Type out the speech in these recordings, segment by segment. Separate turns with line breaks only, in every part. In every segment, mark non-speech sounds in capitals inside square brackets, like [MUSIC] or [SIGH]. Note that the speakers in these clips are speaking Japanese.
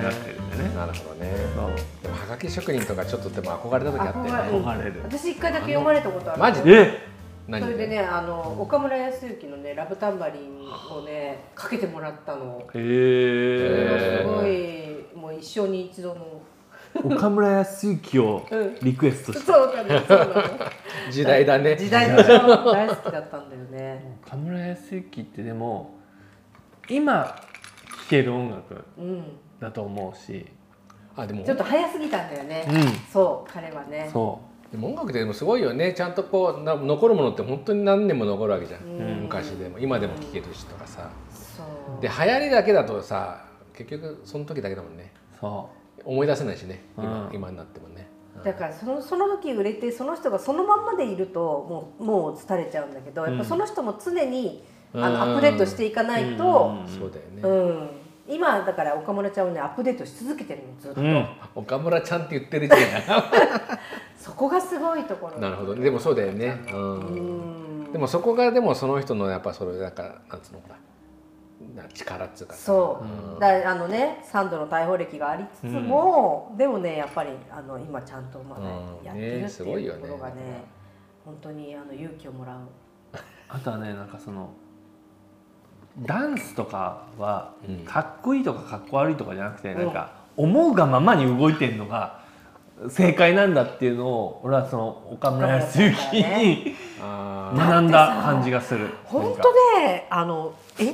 そ
なるほどね
う
でもはがき職人とかちょっとでも憧れた時あって
憧
ね
憧れる
私一回だけ読まれたことある
マジ
え
何
それでねあの岡村康之のねラブタンバリンをねかけてもらったの
え
それが
へ
す
ー
ごいもう一生に一度の
岡村康之を
うん
リクエストした
そうなのそうな
時代だね
の時代の大好きだったんだよね
岡村康之ってでも今聴ける音楽
うん
だと思うし
あでも
ちょっと早すぎたんだよね、
う
そう彼はね
んそ
でも音楽ってでもすごいよねちゃんとこうな残るものって本当に何年も残るわけじゃん、
うん
昔でも今でも聴けるしとかさ
そう
で流行りだけだとさ結局その時だけだもんね
うそ
思い出せないしね今,、
うん
今になってもね、うん
だからそのその時売れてその人がそのまんまでいるともうもう廃れちゃうんだけどやっぱその人も常に、
う
あ
ん
のアップデートしていか
う
ない
うん
と、
そうだよね、
うん今だから岡村ちゃんをねアップデートし続けてるのずっと、
うん
岡村ちゃんって言ってるじゃ
そこがすごいところ
んな [LAUGHS] るほどねでもそうだよね、う
うんん
でもそこがでもその人のやっぱそれだからなんつうのかなな力っつうかさ
そううんだあのね3度の逮捕歴がありつつも、でもねやっぱりあの今ちゃんとま
うん
だやってる
ね
って
すごい
い
よ
う
ね
ところがね,、本当にあの勇気をもらう
あとはねなんかそのダンスとかは
うん
かっこいいとかかっこ悪いとかじゃなくて、なんか思うがままに動いてるのが正解なんだっていうのを俺はその岡村康之に
あー
学んだ感じがする。
本
なんか
当ねあのえ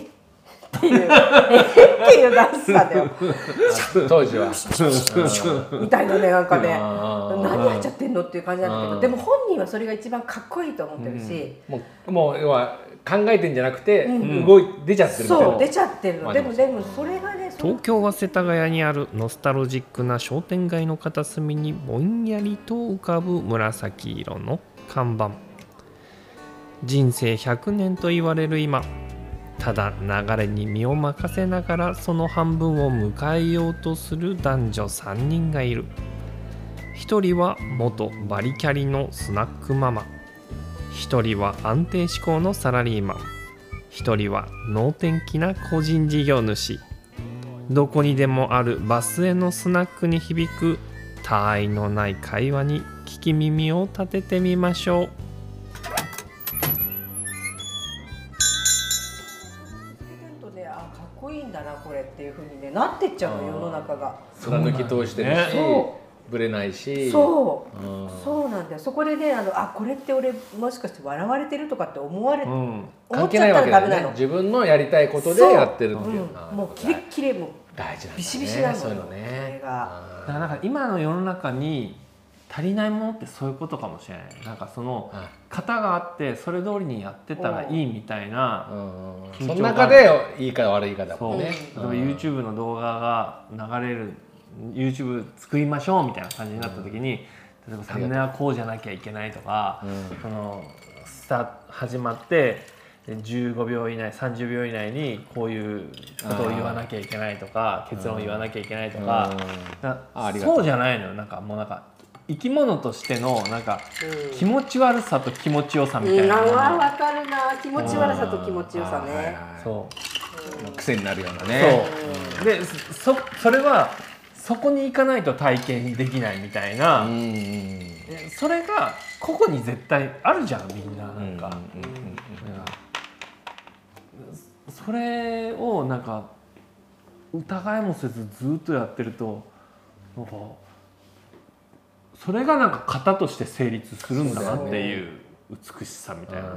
[LAUGHS] っていうえっていうダンスなんだよ
あ当時は
みたいなねなんかね
うん
何やっちゃってんのっていう感じなんだけ
う
ど
ん
でも本人はそれが一番かっこいいと思ってるし、
もうもう要は考えてんじゃなくて、
うん
動い出ちゃってるみたいな
そう出ちゃってるの、
まあ
で
で
も
も
でもそれがねその
東京は世田谷にあるノスタルジックな商店街の片隅にぼんやりと浮かぶ紫色の看板人生100年と言われる今ただ流れに身を任せながらその半分を迎えようとする男女3人がいる1人は元バリキャリのスナックママ1人は安定志向のサラリーマン1人は能天気な個人事業主どこにでもあるバスへのスナックに響く他愛のない会話に聞き耳を立ててみましょう
とねあかっこいいんだなこれっていうふうにねなってっちゃうの世の中が
貫き通してるし、
そ
ぶれないし、
そう
ん
うそうなんだよそこでねあのあこれって俺もしかして笑われてるとかって思われ、
うん
関
思っち
係
ゃ
な
っ
い
た
わ
ら
けだ
ダメ
よ
なの
ね自分のやりたいことで
そう
やってるっていう
うん
あー
もうキレッキレもう
大事なんだね
ビシビシなのよ
そういうの
それ
ね
が
だからなんか今の世の中に足りないものってそういうことかもしれない。なんかその
あ
型があってそれ通りにやってたらいいみたいな
ーうん
緊張
そ
感
の中でいいか悪いかだ
そ
も
うん例え
ね
ば YouTube の動画が流れる YouTube 作りましょうみたいな感じになった時に、例えばサムネはこうじゃなきゃいけないとか、そのスタート始まってで15秒以内30秒以内にこういうことを言わなきゃいけないとか結論を言わなきゃいけないとかな
あありがとう
そうじゃないのよなんかもうなんか生き物としてのなんか
うん
気持ち悪さと気持ちよさみ
う
たい
ん、あ
なもの
わわかるな気持ち悪さと気持ちよさ
あーはい
ね
はい
そう
癖になるようなね
そうでそそれはそこに行かないと体験できないみたいな、
うんうんうん
それがここに絶対あるじゃんみんななんか、
うんうんうん
うんそれをなんか疑いもせずずっとやってるとなんかそれがなんか型として成立するんだなっていう美しさみたいな、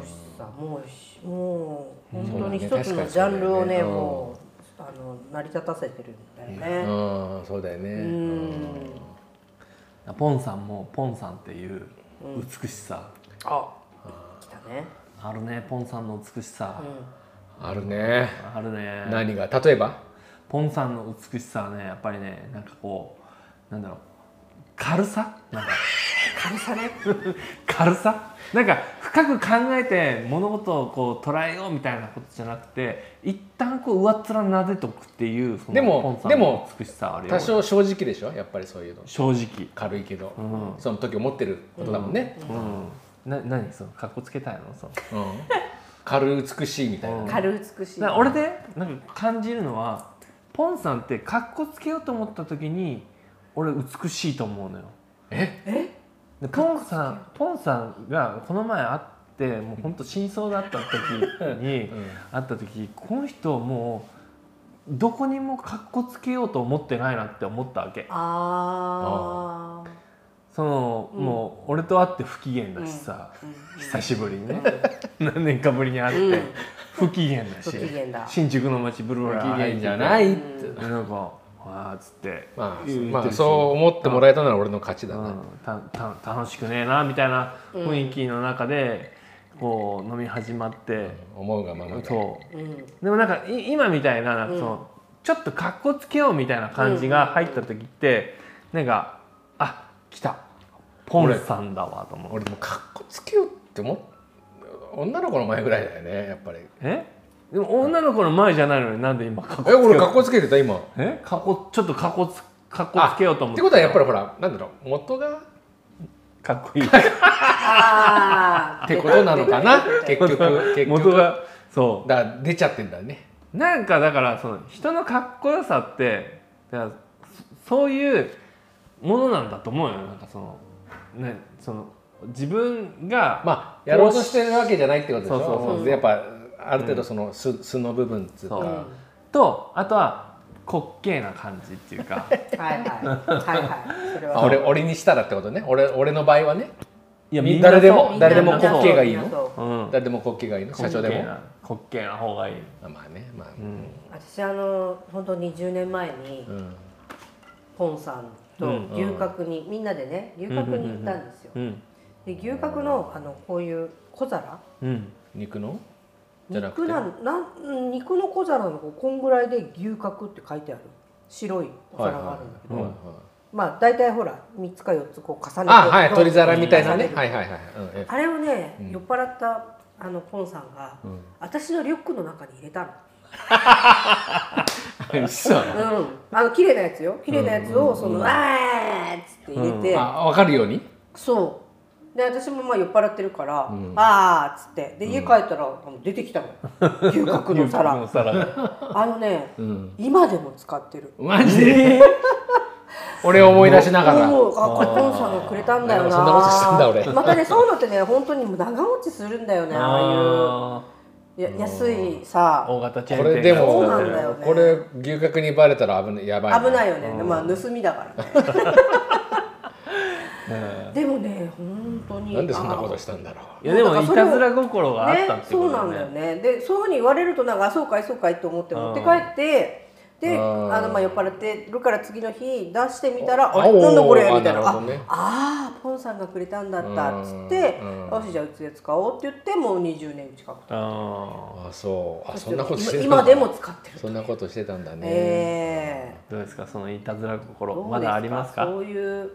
美しさもうしもう本当に一
そうだね
つのジャンルを
確かにそ
ね
うだよね
もうあの成り立たせてるんだよね、
うんそうだよね
うん
ポンさんもポンさんっていう美しさ、
あ来たね、
あるねポンさんの美しさ、
う
あるね
あるね
何が例えば
ポンさんの美しさはねやっぱりねなんかこうなんだろう軽さなんか
ん、さね
[LAUGHS] 軽さなんか深く考えて物事をこう捉えようみたいなことじゃなくて一旦こう上っ面なでとくっていうその
でも
ポンさん
で
の
も
美しさあるよ
多少正直でしょやっぱりそういうの
正直
軽いけど、
うん
その時思ってることだもんね、
うんな何そのかっこつけたいのその
うん軽美しいみたいな、
うん
軽美しい
だから俺でなんか感じるのはポンさんってかっこつけようと思った時に俺美しいと思うのよ
え
でポンさんポンさんがこの前会ってもう本当真相だった時
[LAUGHS]
に
うん
会った時この人もうどこにもかっこつけようと思ってないなって思ったわけ
ああ
その、
うん
もう俺と会って不機嫌だしさ、久しぶりにね何年かぶりに会って、
うん
不機嫌だし
不機嫌だ
新宿の街ブルブル
不機
歩い
嫌
て
じ
て
ゃないっ
う
て
でなんか「わあ」っつって
まあ
言ってるし
まあそう思ってもらえたなら俺の勝ちだ
う、
なん
たた楽しくねえなみたいな雰囲気の中で、こう飲み始まって、
思うがままだ
そ
うん
うでもなんかい今みたいななんか
うん
その、ちょっとかっこつけようみたいな感じが入った時って、なんか「あ来たポンさんだわ」と思う
俺もかっこつけようって思っ女の子の前ぐらいだよねやっぱり
えでも女の子の前じゃないのになんで今かっこつけ
え
よう
俺かっこつけてた今っ
えかっこちょっとかっこつかっこつけようと思って
てことはやっぱりほらなんだろう元がっ
かっこいい
ああ
てことなのかな結局結
元
局
がそう
だから出ちゃってんだね
なんかだからその人のかっこよさってだからそそういうものなんだと思うよなんかその,、ね、その自分が、
まあやろうとしてるわけじゃないってことでしょ
そうそう
そう
でやっぱある程度その素,、素の部分っつうか
そう
うん
とあとは滑稽な感じっていう
[LAUGHS]
か
はいはいはいはいそれ
あ
は
俺俺にしたらってことね俺俺の場合はね
いや
み
みんなそう
誰でも
みんな
誰でも滑
そう
稽がいいの
みんなそう
うん
誰でも滑稽がいいの社長でも
滑稽な滑稽な方がいい、
あまあねまあ、
うん
私あの本当20年前に
うん
ポンさんと牛角にみんなでね牛角に行ったんですよ
うん
で牛角のあのこういう小皿
うん、
肉のじゃなく
肉
て
なんなん肉の小皿のこんぐらいで牛角って書いてある白いお皿があるんだけど、
はいはい
まあ大体ほら3つか4つこう重ねて
あはい鳥皿みたいなねは
重ね
いはいはい、うんえ
てあれをね、
うん
酔っ払ったあのポンさんが、
うん
私のリュックの中に入れたの。
そう
うん、あの綺麗なやつよ綺麗なやつをその「あーっつって入れて、
あ分かるように
そうで私もまあ酔っ払ってるから「
ん
あー」っつってで家帰ったら、あの出てきたもん牛角の
牛角
[LAUGHS]
の
皿
皿が
あのね、
ん
今でも使ってる
マジで俺を思い出しながら
もうあこれポンさんがくれたんだよな
そんなことしたんだ俺
またねそういうのってね本当にもう長持ちするんだよねあ
あ
あ
[LAUGHS]
いうや安いさ
あ大型チェー
こ
ン
れで
店が
も
そうなんだよね
これ牛角にバレたら危ないやばい
危ないよね、まあ盗みだから
[LAUGHS]
ねでもね本当に
なんでそんなことしたんだろ
いやで
だ
も
から
い
それを
たずら心があったってこ
そう
と
な
だ
ん
ね
だよねでそういうふうに言われるとなんかあそうかいそうかいと思って持って帰ってで
うん
あのまあ酔っ払ってるから次の日出してみたら「
お
あれなんだこれ」
おー
みたいな
あ
「
なる
あ
ほどね
あーポンさんがくれたんだった」っつって
うん
「よしじゃあうちで使おう」って言ってもう20年近く
あ
うあそうあそんなことしてたんだ
今今でも使ってる
そんなことしてたんだね、
え
ーどうですかそのいたずら
え
心まだありますか
そういう
な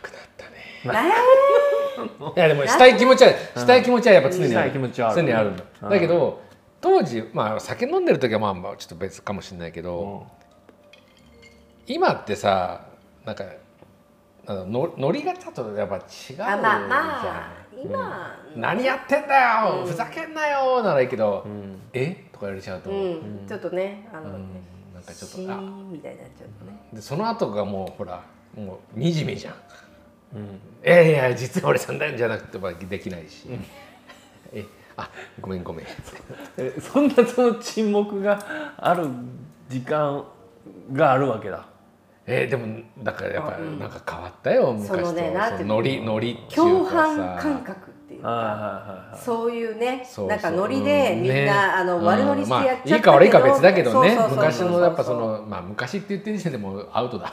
くなったね
え
いやでもしたい気持ちはしたい気持ちはやっぱ常にあ
したい
る
気持ちはある
常にあるんだ
うん
だけど当時まあ酒飲んでる時はまあまあちょっと別かもしれないけど、今ってさなんかあののノリがちょっとやっぱ違うじゃ
あ
ん、
まあまあ今
何やってんだよ、ふざけんなよならいいけど「えとか言われちゃうと、
う
うん
んちょっとねあの
なんかちょっ
シ
と
ー
あ
ンみたいになっちゃうとね
でその後がもうほらもう惨めじゃん
うん
「いやいや実は俺さんだよ」じゃなくてまあできないし「えあごめんごめん」
えそんなその沈黙がある時間があるわけだ
えー、でもだからやっぱなんか変わったよ、昔と
そのねなんていうの
ノリノリってい
共
うか
犯
さ
感覚っていう
あ
か
あ
そういうね
そうそう
なんかノリでみん
ね
な、あの悪ノリしてやっちゃったけ
うん
ど、
まあ、いいか悪いか別だけどね
そうそうそう
昔のやっぱその、まあ、昔って言ってる時点でもうアウト
[LAUGHS]
だ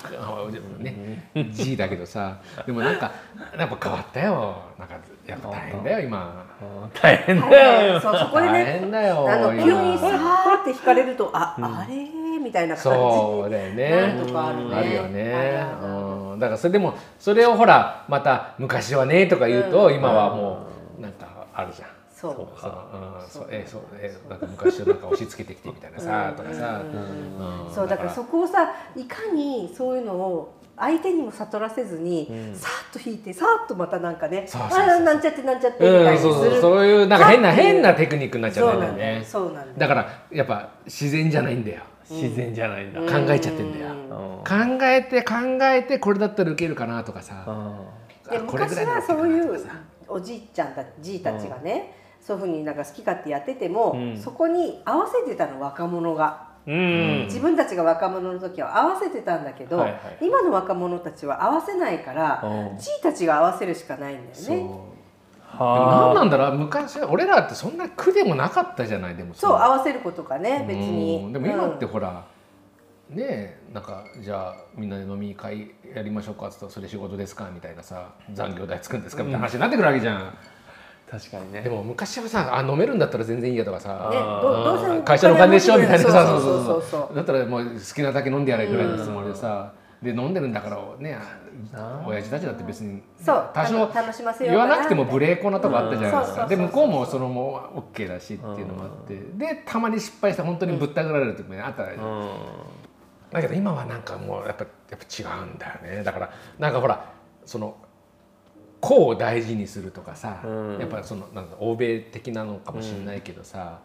ね G だけどさでもなんかやっぱ変わったよなんかやっぱ大変だよ今
はいはいはいうん大変
はい
だよ
そうそ
[LAUGHS]
こで
大
ね
変だよ
あの
今
急にさーって引かれるとあ、あれーみたいな感じ
そうだよね
なんとかあるね
あるよね
あるある
うんだからそれでもそれをほらまた昔はねとか言うと、今はもうなんかあるじゃん
そう
そのうんそうえそうえなんか昔をなんか押し付けてきてみたいなさとかさ、うん
そうだからそこをさいかにそういうのを相手にも悟らせずに、さーっと引いてさーっとまたなんかね
そうそうそう
あーなんちゃってなんちゃってみたい
うん、
にす
そ
る、
うそうそういうなんか変な
さっていう
変なテクニックになっちゃ
そううん
だ
な
よ
んだよ
ね
そうなんだよ
だからやっぱ自然じゃないんだよ
自然じゃないんだ、
うん
う
考えちゃってんだよ
ん
考えて考えてこれだったら受けるかなとかさ
で
あこれぐ
昔
らいな
は
ら
そうい
受けるかな
う
とかさ
おじいちゃんたじいたちがね、そういうふうになんか好き勝手やってても、
うん
そこに合わせてたの若者が
うん
自分たちが若者の時は合わせてたんだけど、
はいはい
今の若者たちは合わせないから、
うん
じいたちが合わせるしかないんだよ
そう
ね。
何な
は
んだろう昔は俺らってそんな苦でもなかったじゃないでも
そう、
の
合わせることがね、別
う
に。
んでも今って
うん
ほら、ねえなんかじゃあみんなで飲み会やりましょうかっつったらそれ仕事ですかみたいなさ残業代つくんですかみたいな話になってくるわけじゃん、
あ確かにね
でも昔はさあ飲めるんだったら全然いいやとかさ
ね、どどうせ
会社のお金でしょみたいなさそう
そ
う
そ
そうう
そ
そうう
そう
だったらもう好きなだけ飲んでやれぐらいのつもりでさ、で飲んでるんだからね
なあ
親父たちだって別に
そう
多
あの
少
楽しませよ
言
うか
わ
な
なくても無礼講なとこあったじゃないです
う
か
ん
で
そうそうそうそう
向こうもそのもう OK だしっていうのもあってでたまに失敗して本当にぶったくられる時もねあったら
う
だけど今はなんかもうやっぱやっぱ違うんだよねだからなんかほらその個を大事にするとかさ、
うん
やっぱそのなんか欧米的なのかもしれないけどさ、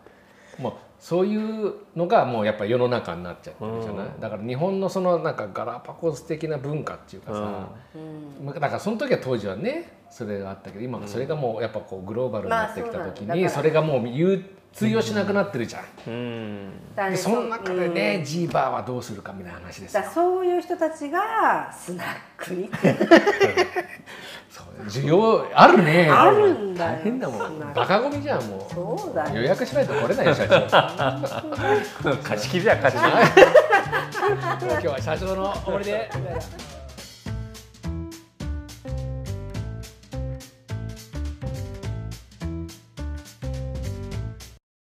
もうそういうのがもうやっぱ世の中になっちゃってるじゃない、
うん
だから日本のそのなんかガラパゴス的な文化っていうかさ、
うん
だからその時は当時はねそれがあったけど今それがもうやっぱこうグローバルになってきた時
まあそうなんだだか
に
ら
それがもう言う通用しなくなってるじゃん、
んうん
だから
で
ね
その中で
う
ね
ん
ジーバーはどうするかみたいな話です
だ
よ
からそういう人たちがスナックに来る
そう需要あるね
あるんだよ
大変だも
そんなん
バカゴミじゃんもう
そうだ
予
よ
約しないと来れないよ社
[LAUGHS]
長
貸し切りだ貸し切り
今日は社長のおごりでみたいな